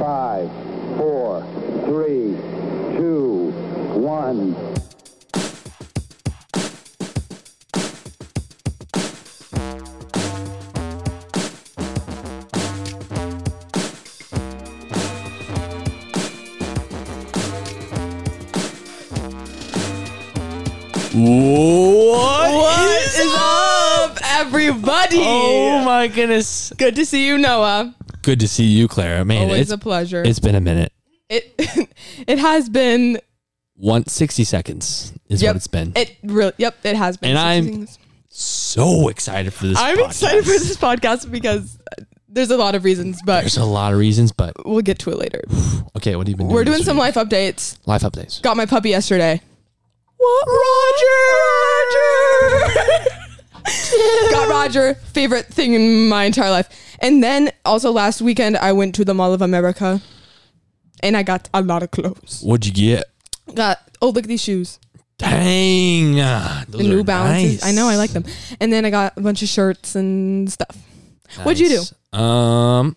Five, four, three, two, one. What, What is, up, everybody? Oh my goodness! Good to see you, Noah. Good to see you, Clara. Man, Always it's, a pleasure. it's been a minute. It it has been. One sixty seconds is Yep, what it's been. It really. Yep, it has been. And Six I'm- things. so excited for this. I'm excited for podcast. this podcast because uh, there's a lot of reasons, but There's a lot of reasons, but we'll get to it later. okay. What have you been? Doing We're doing this some week? life updates. life updates. Got my puppy yesterday. What Roger? Got Roger. Favorite thing in my entire life. And then also last weekend I went to the Mall of America, and I got a lot of clothes. What'd you get? Got oh look at these shoes. Dang, ah, those the New are Balances. nice. I know I like them. And then I got a bunch of shirts and stuff. What'd you do? do? Um,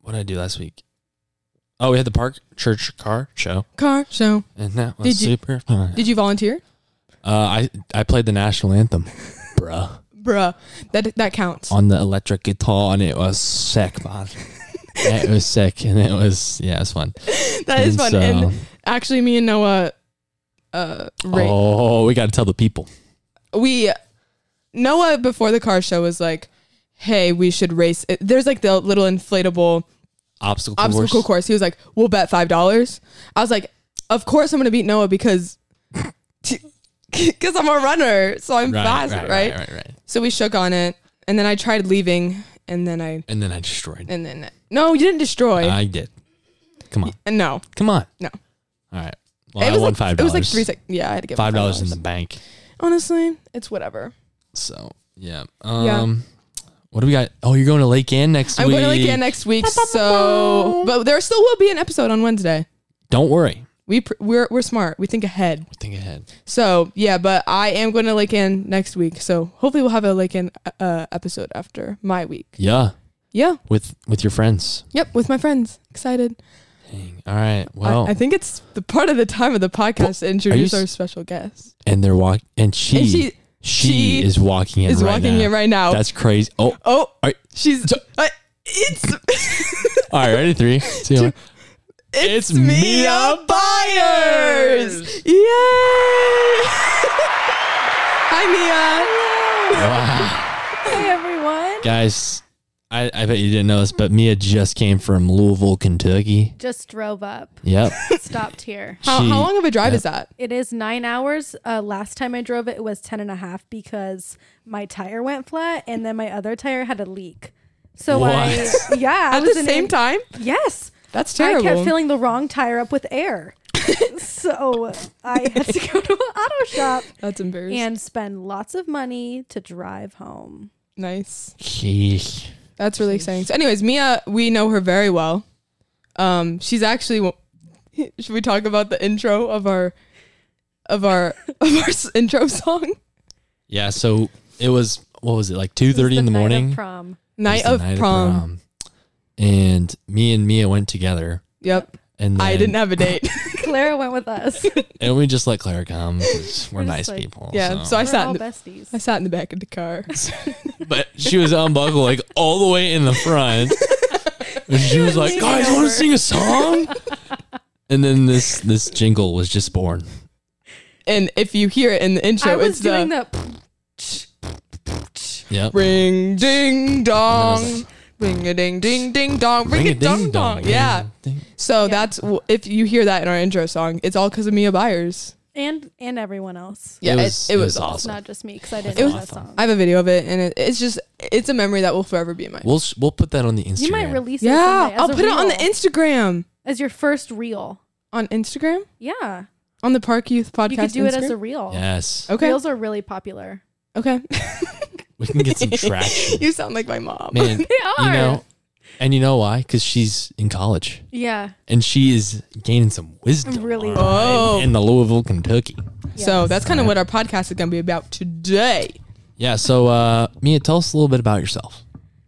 what did I do last week? Oh, we had the park church car show, Car show. and that was Did you- super fun. Did you volunteer? Uh, I I played the national anthem, bruh, Bruh, that that counts. on the electric guitar, and it was sick, man. it was sick, and it was yeah, it was fun. That is And fun. so- and actually, me and Noah, uh, ra- Oh, we got to tell the people. we Noah before the car show was like, "Hey, we should race." It. There's like the little inflatable Obstacle, obstacle course. course. He was like, "We'll bet five dollars." I was like, "Of course, I'm gonna beat Noah because." Because I'm a runner, so I'm fast, right? right, right. So we shook on it, and then I tried leaving, and then I, And then I destroyed. and then no, you didn't destroy. I did. Come on, and no, come on. no, All right. Well, it I was won like five it dollars. was like three seconds. Yeah, I had to get Five dollars in the bank. Honestly, it's whatever. So yeah. Um What do we got? Oh, you're going to Lake Ann next I'm week. going to Lake Ann next week, so but there still will be an episode on Wednesday. Don't worry. We pr- we're we're smart. We think ahead. Think ahead. So yeah, but I am going to Lake Ann next week. So hopefully we'll have a Lake Ann uh, episode after my week. Yeah, Yeah. with with your friends. Yep. With my friends. Excited. Dang. All right. Well, I, I think it's the part of the time of the podcast to introduce s- our special guest. and they're walk and she, And she she- she is walking in is right walking now. in right now. That's crazy. Oh, all Oh, right. she's So- uh, it's All right. Ready? Three, two, one. It's Mia Byers. Yay! Hi, Mia. Wow. Hey everyone. Ah, Guys, I, I bet you didn't know this, but Mia just came from Louisville, Kentucky. Just drove up, Yep. stopped here. How, She- how long of a drive is that? It is nine hours. Uh, last time I drove it, it was 10 and a half because my tire went flat and then my other tire had a leak. So I, What? yeah. I At the in same it- time? Yes. That's terrible. I kept filling the wrong tire up with air. so I had to go to an auto shop That's embarrassing. and spend lots of money to drive home. nice. Sheesh. That's really exciting. So, anyways, Mia, we know her very well. Um, she's actually. Should we talk about the intro of our, of our, of our s- intro song? Yeah. So it was what was it like two thirty in the night of morning? prom. It was Night, the of, night prom. And me and Mia went together, Yep. and I then- didn't have a date. Clara went with us. and we just let Claire come because we're, We're just nice like- people. yeah. So, I We're sat. all In the, I besties. sat in the back of the car. but she was unbuckled like all the way in the front. And she was like, leaning "Guys, want over." to sing a song?" and then this this jingle was just born. and if you hear it in the intro, I was it's uh, the. doing the Yep. Ring And ding then dong. Ring a ding ding ding dong. Ring a dong dong. Yeah. Ding. So that's w- if you hear that in our intro song, it's all because of Mia Byers. and and everyone else. Yeah, It it, was- it it was was awesome. It's Awesome. not just me because I didn't It know was- that song. I have a video of it, and it, it's just it's a memory that will forever be in my. We'll sh- we'll put that on the Instagram. you might release it. yeah, someday as I'll a put it on the reel, Instagram. as your first reel. On Instagram, Yeah, on the Park Youth Podcast. you could do it as a Instagram? reel. yes, okay. Reels are really popular. okay. we can get some traction, you sound like my mom. man. They You are. know, and you know why? Because she's in college. Yeah, and she is gaining some wisdom. Really all Oh. in, in the Louisville, Kentucky. So Yes. that's kind of what our podcast is going to be about today. Yeah. So, uh, Mia, tell us a little bit about yourself.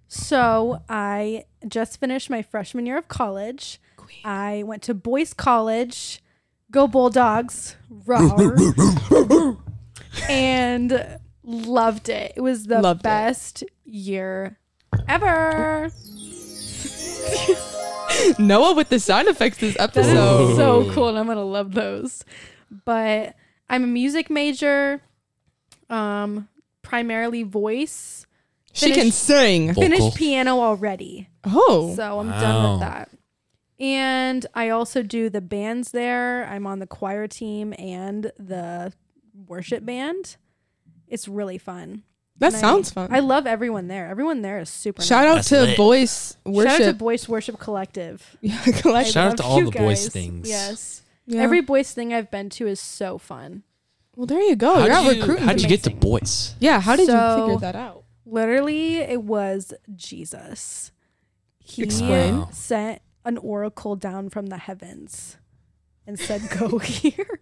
So I just finished my freshman year of college. I went to Boyce College. Go Bulldogs! Rawr. and loved it. It was the Loved it. best year ever. Noah with the sound effects this That is episode. so cool, and I'm gonna love those. But I'm a music major, um, primarily voice. She can Finished- sing. Vocal. Finished piano already, Oh, so I'm done Wow. with that. And I also do the bands there. I'm on the choir team and the worship band. It's really fun. that And I- sounds fun. I love everyone there. Everyone there is super. Shout nice. out That's to lit. Boyce Shout out to Worship Boyce Worship Collective. I Collection. Shout out love to all you the Boyce guys. things. Yes. Yeah. Every Boyce thing I've been to is so fun. well, there you Oh, go. how'd You're out you, recruiting. how'd you get people. to Boyce? yeah, how did you So- figure that out? Literally, it was Jesus. He Explain. Wow. sent an oracle down from the heavens and said, Go here.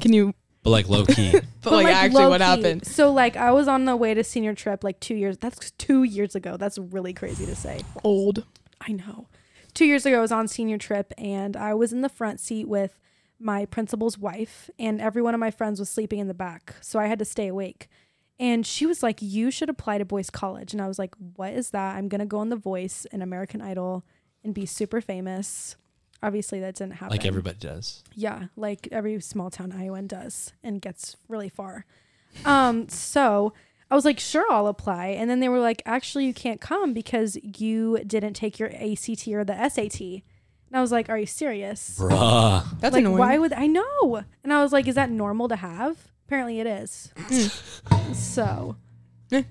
Can you? But like low key. But, like, actually, what low-key. happened? So, like, I was on the way to senior trip like two years. That's two years ago. That's really crazy to say. Old. I know. Two years ago, I was on senior trip and I was in the front seat with my principal's wife, and every one of my friends was sleeping in the back. So I had to stay awake. And she was like, You should apply to Boys College. And I was like, What is that? I'm going to go on The Voice and American Idol and be super famous. Obviously, that didn't happen. like everybody does. Yeah, like every small town Iowan does and gets really far. Um, so I was like, sure, I'll apply. And then they were like, actually, you can't come because you didn't take your ACT or the SAT. And I was like, are you serious? Bruh. That's like, annoying. why would I know? And I was like, is that normal to have? Apparently, it is. so, Eh.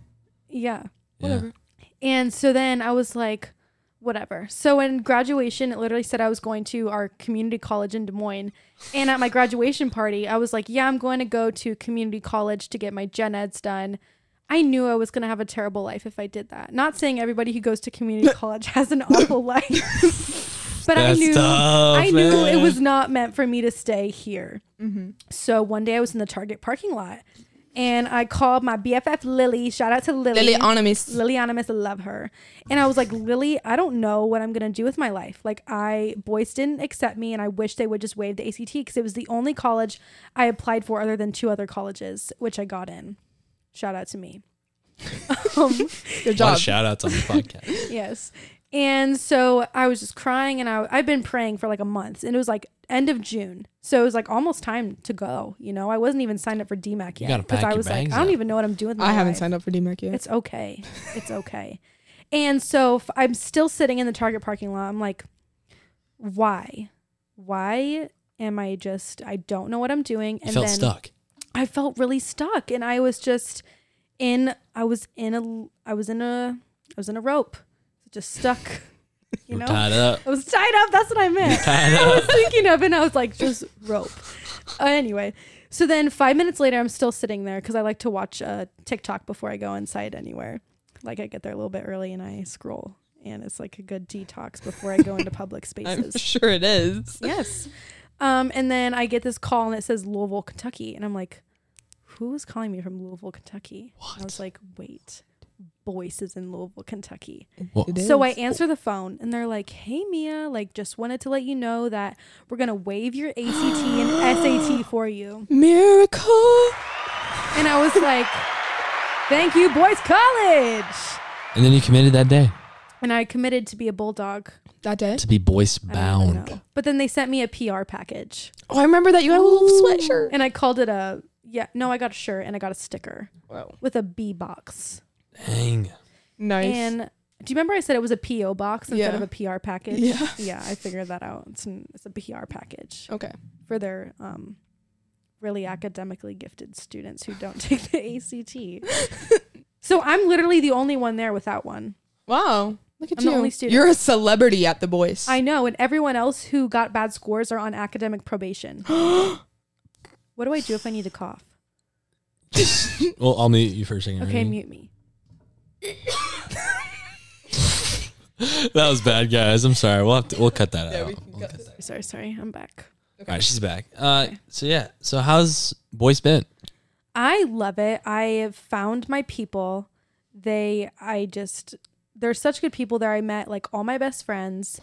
yeah. Whatever. And so then I was like, whatever. So in graduation, it literally said I was going to our community college in Des Moines. And at my graduation party, I was like, yeah, I'm going to go to community college to get my gen eds done. I knew I was going to have a terrible life if I did that. Not saying everybody who goes to community college has an awful life. But That's I knew tough, I knew man. it was not meant for me to stay here. So one day I was in the Target parking lot and I called my BFF Lily. Shout out to Lily Onimus. Liliana Miss Love Her. And I was like, Lily, I don't know what I'm going to do with my life. Like, I, boys didn't accept me, and I wish they would just waive the ACT because it was the only college I applied for other than two other colleges, which I got in. Shout out to me. um, Good A lot job. of shout outs on the podcast. yes. And so I was just crying, and I, I've been praying for like a month, and it was like end of June. So it was like almost time to go. You know, I wasn't even signed up for DMAC You yet. gotta pack I your was like, bags I don't up. even know what I'm doing with my I haven't life. signed up for DMAC yet. It's okay. It's okay. and so f- I'm still sitting in the Target parking lot. I'm like, why? Why am I just, I don't know what I'm doing. You felt then stuck. I felt really stuck. And I was just in, I was in a, I was in a, I was in a rope, just stuck, you You were know? tied up. I was tied up. That's what I meant. Tied I up. was thinking of it and I was like, just rope. Uh, anyway, so then five minutes later, I'm still sitting there because I like to watch uh, TikTok before I go inside anywhere. Like I get there a little bit early and I scroll, and it's like a good detox before I go into public I'm spaces. sure it is. yes. Um, and then I get this call and it says Louisville, Kentucky, and I'm like, who is calling me from Louisville, Kentucky? And I was like, wait, Boyce is in Louisville, Kentucky. Well, It So I is. answer the phone and they're like, "Hey Mia, like just wanted to let you know that we're going to waive your ACT and SAT for you." Miracle. And I was like, "Thank you, Boys College." and then you committed that day And I committed to be a bulldog. That day. to be Boyce I don't even bound. know. But then they sent me a PR package. Oh, I remember that you had a little sweatshirt. And I called it a yeah, no, I got a shirt and I got a sticker Wow. with a B box. Dang. Nice. And do you remember I said it was a PO box instead Yeah. of a PR package? Yeah. yeah, I figured that out. It's, an, it's a PR package. okay. for their um, really academically gifted students who don't take the ACT. so I'm literally the only one there without one. Wow. Look at I'm you. the only student. You're a celebrity at the boys. I know, and everyone else who got bad scores are on academic probation. what do I do if I need to cough? Well, I'll mute you for a second. Okay, Rainy. mute me. That was bad, guys. I'm sorry. We'll have to, we'll cut that out. we can We'll cut cut this that. Sorry, sorry, I'm back. All right, she's back. Uh, so yeah. So how's Boyce been? I love it. I have found my people. They, I just, there's such good people there. I met like all my best friends,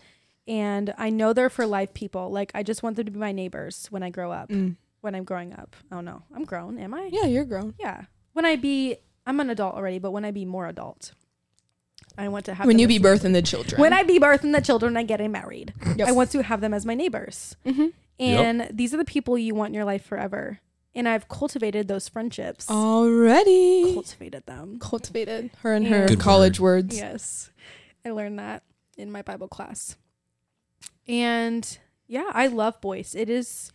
and I know they're for life people. Like I just want them to be my neighbors when I grow up. Mm. When I'm growing up, I don't know. I'm grown, am I? Yeah, you're grown. Yeah. When I be, I'm an adult already, but when I be more adult, I want to have When them you as be my- birthing the children. when I be birthing the children, I getting married. Yep. I want to have them as my neighbors. mm-hmm. And these are the people you want in your life forever. And I've cultivated those friendships. Oh. already Cultivated them. cultivated her and Yeah. her Good college words. Yes. I learned that in my Bible class. And yeah, I love boys. It is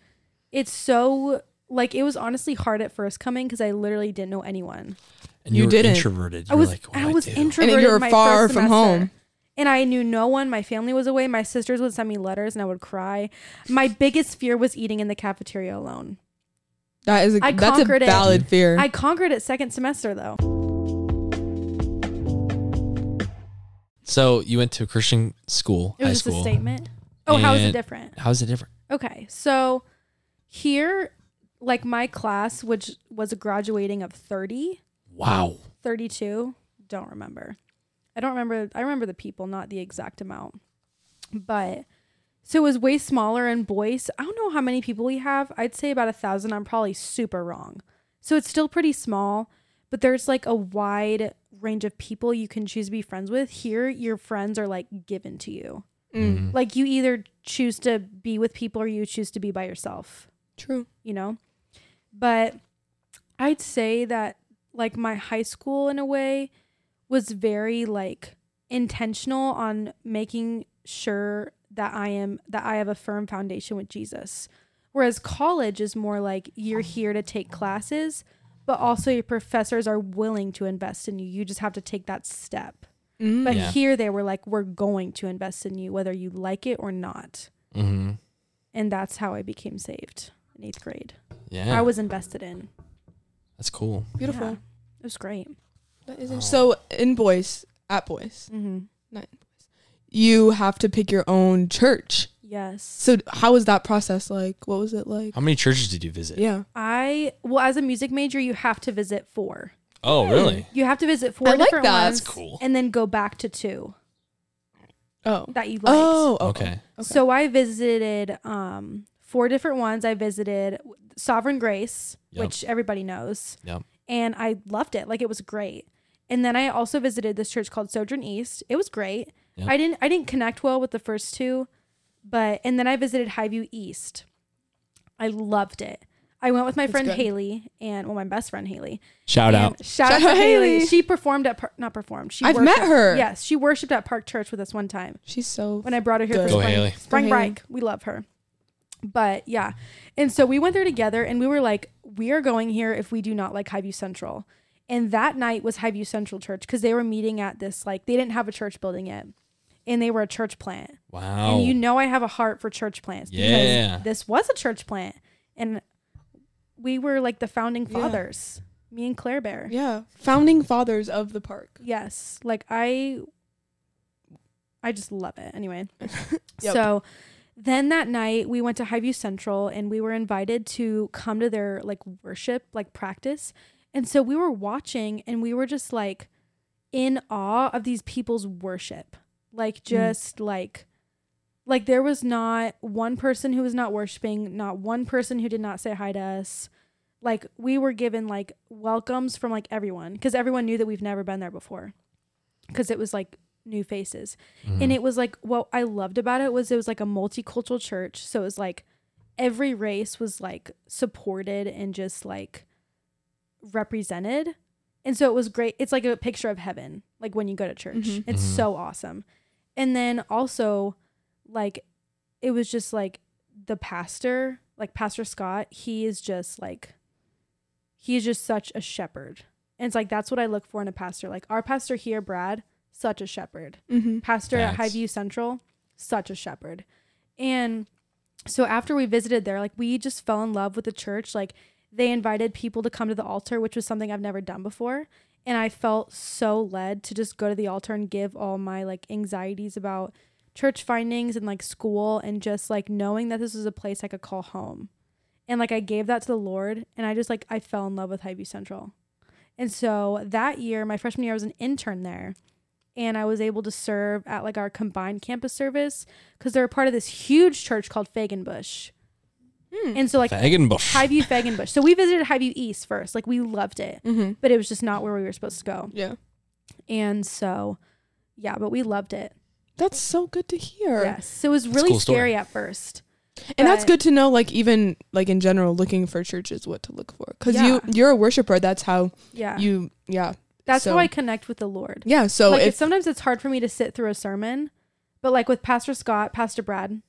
it's so like it was honestly hard at first coming because I literally didn't know anyone. And You were didn't. introverted. I You were was like, what I do was do? introverted. you were my far first from semester. home. And I knew no one. My family was away. My sisters would send me letters and I would cry. My biggest fear was eating in the cafeteria alone. That is a, I that's a conquered it. valid fear. I conquered it second semester though. So you went to a Christian school, It high was just school. a statement. Oh, how is it And- different? How's it different? Okay, so here, like my class, which was a graduating of 30, Wow. 32, don't remember. I don't remember. I remember the people, not the exact amount. But so it was way smaller in boys. I don't know how many people we have. I'd say about a thousand. I'm probably super wrong. So it's still pretty small, but there's like a wide range of people you can choose to be friends with. Here, your friends are like given to you. Mm-hmm. Mm. Like you either choose to be with people or you choose to be by yourself, True. you know? But I'd say that like my high school in a way was very like intentional on making sure that I am that I have a firm foundation with Jesus. Whereas college is more like you're here to take classes, but also your professors are willing to invest in you. You just have to take that step. Mm. But Yeah. here they were like, we're going to invest in you, whether you like it or not. Mm-hmm. And that's how I became saved in eighth grade. Yeah. I was invested in. that's cool. Beautiful. Yeah. It was great. That is so in boys at boys, Mm-hmm. you have to pick your own church. Yes. So how was that process like? What was it like? How many churches did you visit? Yeah. I, well, as a music major, you have to visit four. Oh, really? You have to visit four I like different that. ones. That's cool. And then go back to two Oh. that you liked. Oh. oh, Okay. oh, okay. So I visited um, four different ones. I visited Sovereign Grace, Yep. which everybody knows. Yep. And I loved it. Like it was great. And then I also visited this church called Sojourn East. It was great. Yep. I didn't I didn't connect well with the first two, but and then I visited Highview East. I loved it. I went with my That's friend good. Haley and well my best friend Haley. Shout And out. Shout, out to Haley. She performed at par- not performed. She I've worshiped- met her. Yes, she worshipped at Park Church with us one time She's so. when I brought her here Good. for Go spring, Haley. spring Go Haley. break. We love her. But yeah. And so we went there together and we were like, we are going here if we do not like Highview Central. And that night was Highview Central Church because they were meeting at this, like, they didn't have a church building yet. And they were a church plant. Wow. And you know, I have a heart for church plants Oh. Yeah. this was a church plant. And we were like the founding Yeah. fathers, me and Claire Bear. yeah. Founding fathers of the park. Yes. Like I I just love it. Anyway. Yep. So then that night we went to Highview Central and we were invited to come to their like worship like practice. And so we were watching and we were just like in awe of these people's worship. Like just like like there was not one person who was not worshiping, not one person who did not say hi to us. Like we were given like welcomes from like everyone because everyone knew that we've never been there before because it was like new faces. Mm-hmm. And it was like what I loved about it was it was like a multicultural church. So it was like every race was like supported and just like represented. And so it was great. It's like a picture of heaven, like when you go to church. Mhm. It's Mhm. so awesome. And then also, like, it was just like the pastor, like Pastor Scott, he is just like, he is just such a shepherd. And it's like, that's what I look for in a pastor. Like, our pastor here, Brad, such a shepherd Mm-hmm. pastor at Facts. Highview Central, such a shepherd. And so after we visited there, like we just fell in love with the church. Like they invited people to come to the altar, which was something I've never done before. And I felt so led to just go to the altar and give all my like anxieties about church findings and like school and just like knowing that this was a place I could call home. And like I gave that to the Lord and I just like I fell in love with Highview Central. And so that year, my freshman year, I was an intern there and I was able to serve at like our combined campus service because they're a part of this huge church called Fagenbush. And so like Fagenbush. Highview Fagenbush. So we visited Highview East first. Like we loved it, but it was just not where we were supposed to go. Mm-hmm. Yeah. And so, yeah, but we loved it. That's so good to hear. Yes. So it was a really cool story. scary at first. And that's But- good to know like even like in general looking for churches what to look for cuz you Yeah. you're a worshiper that's how Yeah. you yeah. That's so- how I connect with the Lord. Yeah, so like it's, if sometimes it's hard for me to sit through a sermon, but like with Pastor Scott, Pastor Brad,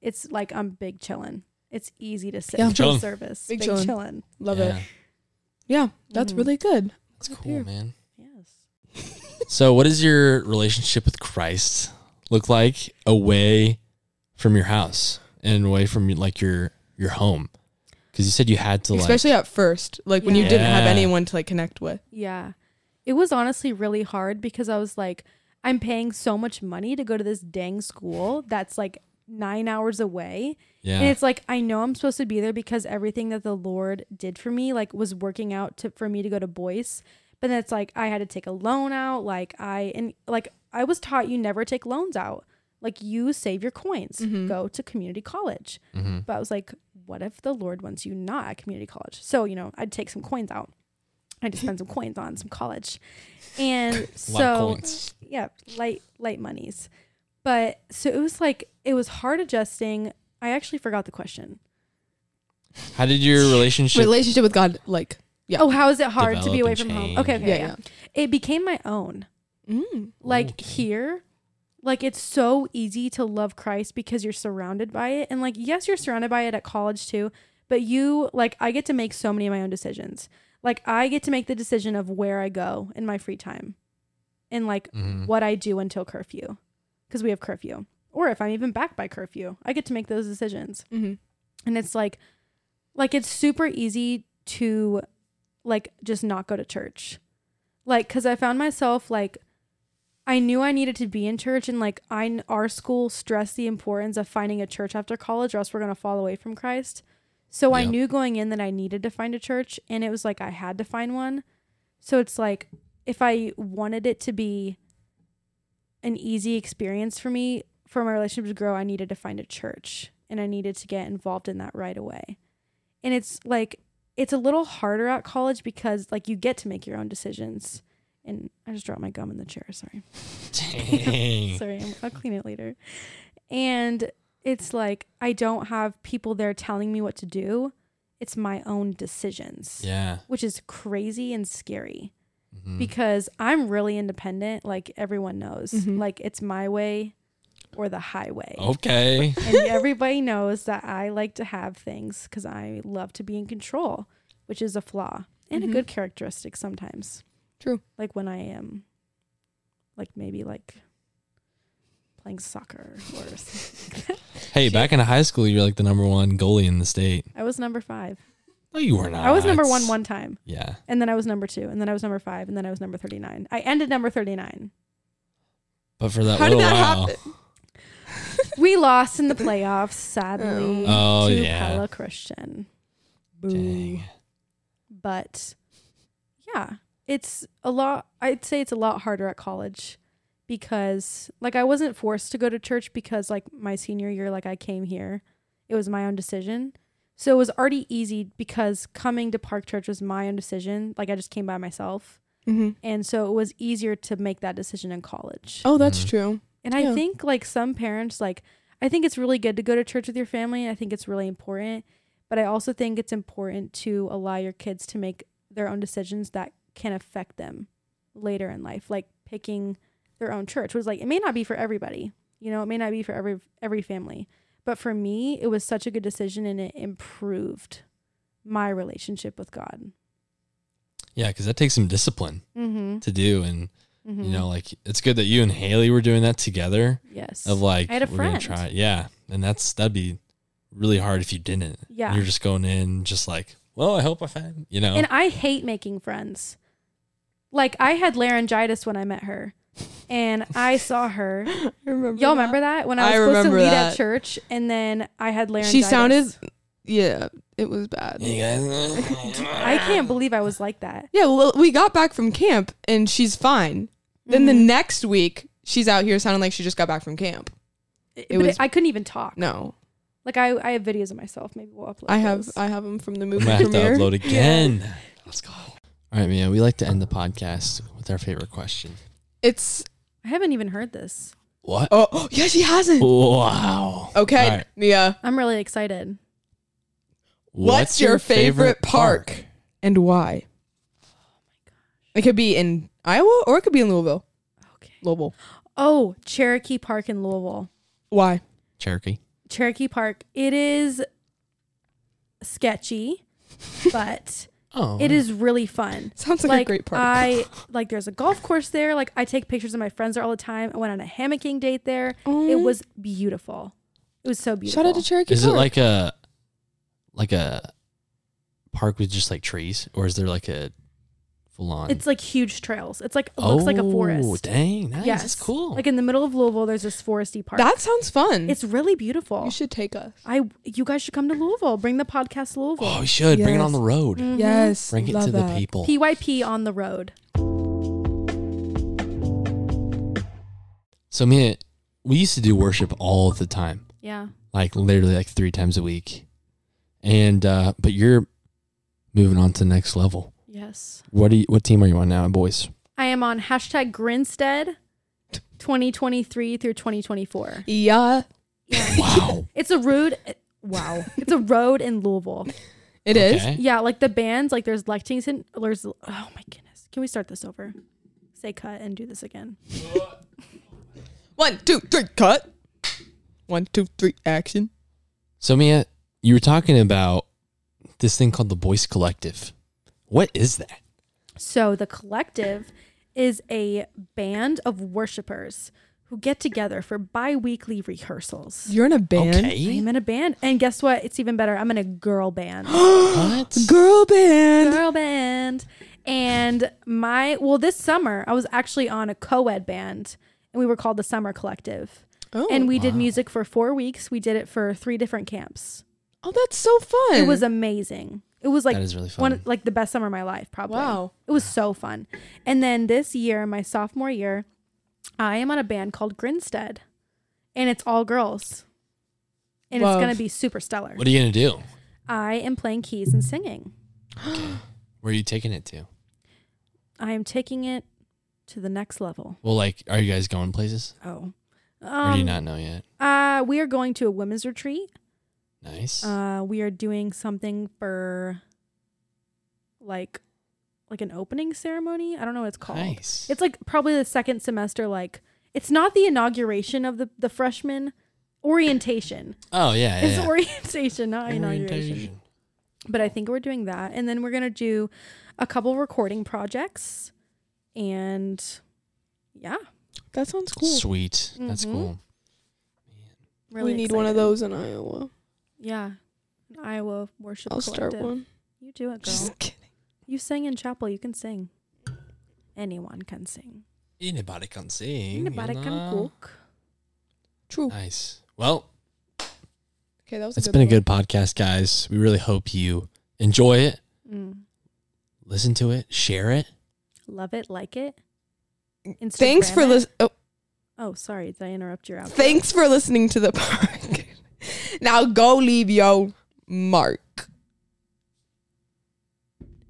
it's like I'm big chillin'. It's easy to sit Yeah. through Chillin'. a service. Big Big, chillin'. chillin'. love yeah, it. Yeah, that's Mhm. really good. That's cool, man. Yes. So, what does your relationship with Christ look like away from your house and away from like your your home? Because you said you had to Especially uh, at first, like when you Yeah. didn't have Yeah. anyone to like connect with. Yeah. It was honestly really hard because I was like, I'm paying so much money to go to this dang school that's like nine hours away. like, yeah, And it's like I know I'm supposed to be there because everything that the Lord did for me like was working out to for me to go to Boyce. But then it's like I had to take a loan out. Like I and like I was taught you never take loans out. Like you save your coins, Mm-hmm. go to community college. But I was like, what if the Lord wants you not at community college? So you know, I'd take some coins out. I had to spend some coins on some college, and a lot of so coins. yeah, light light monies. But so it was like it was hard adjusting. I actually forgot the question. How did your relationship? Relationship with God like yeah. Oh, how is it hard to Develop be away and from home? change. Okay, okay, yeah, yeah, yeah. It became my own. Mm. Like Okay. here, like it's so easy to love Christ because you're surrounded by it. And like yes, you're surrounded by it at college too, but you like I get to make so many of my own decisions. Like I get to make the decision of where I go in my free time. And like Mhm. what I do until curfew because we have curfew. Or if I'm even back by curfew, I get to make those decisions. Mhm. And it's like, like it's super easy to like just not go to church. Like, cause I found myself like, I knew I needed to be in church and like I, kn- our school stressed the importance of finding a church after college or else we're going to fall away from Christ. So I Yeah. knew going in that I needed to find a church and it was like I had to find one. So it's like if I wanted it to be an easy experience for me for my relationship to grow, I needed to find a church and I needed to get involved in that right away. And it's like it's a little harder at college because like you get to make your own decisions. And I just dropped my gum in the chair, sorry. Dang. Sorry, I'm, I'll clean it later. And it's like I don't have people there telling me what to do. It's my own decisions, yeah. which is crazy and scary Mm-hmm. Mhm. because I'm really independent. Like everyone knows, Mhm. like it's my way or the highway. Okay. And everybody knows that I like to have things because I love to be in control, which is a flaw and Mhm. a good characteristic sometimes. True. Like when I am, like maybe like playing soccer or something. like that. Hey, back in high school, you were like the number one goalie in the state. I was number five. No, you were not. I was number one one time, Yeah. and then I was number two, and then I was number five, and then I was number thirty-nine. I ended number thirty-nine. But for that How did little that while, happen? We lost in the playoffs, sadly, Oh. Oh, to yeah. Pella Christian. dang. But yeah, it's a lot. I'd say it's a lot harder at college because, like, I wasn't forced to go to church because, like, my senior year, like, I came here. It was my own decision. So it was already easy because coming to Park Church was my own decision. Like, I just came by myself. Mhm. And so it was easier to make that decision in college. Oh, that's Mhm. true. And Yeah. I think like some parents like I think it's really good to go to church with your family. I think it's really important, but I also think it's important to allow your kids to make their own decisions that can affect them later in life, like picking their own church. Was like it may not be for everybody. You know, it may not be for every every family. But for me, it was such a good decision and it improved my relationship with God. Yeah, because that takes some discipline Mm-hmm. to do, and mm-hmm. you know, like it's good that you and Haley were doing that together. yes. Of like, I had a we're gonna friend. try, it. yeah, and that's that'd be really hard if you didn't. Yeah. you're just going in, just like, well, I hope I find, you know, And I hate making friends. Like I had laryngitis when I met her, and I saw her. I remember. Y'all remember that when I I was supposed to remember lead that. at church, and then I had laryngitis. She sounded yeah, it was bad. Hey, guys, I can't believe I was like that. Yeah, well, we got back from camp and she's fine. Then Mm-hmm. the next week, she's out here sounding like she just got back from camp. It, It but was- I couldn't even talk. No, Like I, I have videos of myself. Maybe we'll upload. I have uh, those. I have them from the I'm movie gonna have to premiere. upload again. Let's go. All right, Mia. We like to end the podcast with our favorite question. It's I haven't even heard this. What? oh, yeah, she hasn't. Wow. Okay, All right. Mia, I'm really excited. what's, your, favorite, park? and why? Oh It could be in Iowa or it could be in Louisville. Okay. Louisville. Oh, Cherokee Park in Louisville. Why? Cherokee. Cherokee Park. It is sketchy, but Oh. it is really fun. Sounds like, a great park. I like there's a golf course there. Like I take pictures of my friends there all the time. I went on a hammocking date there. It Mm. was beautiful. It was so beautiful. Shout out to Cherokee. Is it Park. like a like a park with just like trees, or is there like a full on? It's like huge trails. It's like it looks like a Oh, forest. dang! Nice. Yes, That's cool. Like in the middle of Louisville, there's this foresty park. that sounds fun? it's really beautiful. you should take us. I you guys should come to Louisville. Bring the podcast to Louisville. oh, we should bring it on Yes. the road. Mhm. Yes, Bring it love to the that. people. PYP on the road. so, Mia, we used to do worship all the time, Yeah. like literally like three times a week, and uh but you're moving on to the next level. Yes. What do you, what team are you on now, boys? I am on hashtag Grinstead 2023 through 2024. Yeah, Yeah. Wow. it's a rude wow. It's a road in Louisville. it is. Okay. Yeah, like the bands, like there's Lexington there's oh my goodness. Can we start this over? Say cut and do this again. One, two, three, cut. One, two, three, action. So, Mia, you were talking about this thing called the Boyce Collective. What is that? So the collective is a band of worshipers who get together for bi-weekly rehearsals. You're in a band. I'm in a band and guess what? It's even better. I'm in a girl band. What? Girl band. girl band. And my well, this summer I was actually on a co-ed band, and we were called the Summer Collective. Oh, and we did music for four weeks. We did it for three different camps. oh, that's so fun. It was amazing. It was like That is really one fun. like the best summer of my life, probably. Wow. It was so fun. And then this year, my sophomore year, I am on a band called Grinstead. And it's all girls. And Love. it's gonna be super stellar. What are you gonna do? I am playing keys and singing. Where are you taking it to? I am taking it to the next level. Well, like, are you guys going places? Oh. Or do you Um, not know yet? uh, we are going to a women's retreat. Nice. Uh, we are doing something for like like an opening ceremony. I don't know what it's called. nice. It's like probably the second semester like it's not the inauguration of the the freshman orientation. oh yeah, yeah. It's Eh. yeah. orientation, not inauguration. Orientation. But I think we're doing that and then we're going to do a couple recording projects and yeah. that sounds cool. Sweet. That's Mhm. cool. Really we need one of excited. those in Iowa. Yeah. An Iowa worship I'll start Collective. one. You do it, girl. Just kidding. You sang in chapel. You can sing. Anyone can sing. Anybody can sing. Anybody you can know? cook. True. Nice. Well, Okay, that was. it's a good been a one. good podcast, guys. We really hope you enjoy it. Mm. Listen to it. Share it. Love it, like it. Instagram Thanks for it. listening. Oh, Oh, sorry. Did I interrupt your outfit? thanks for listening to the park. now go leave your mark.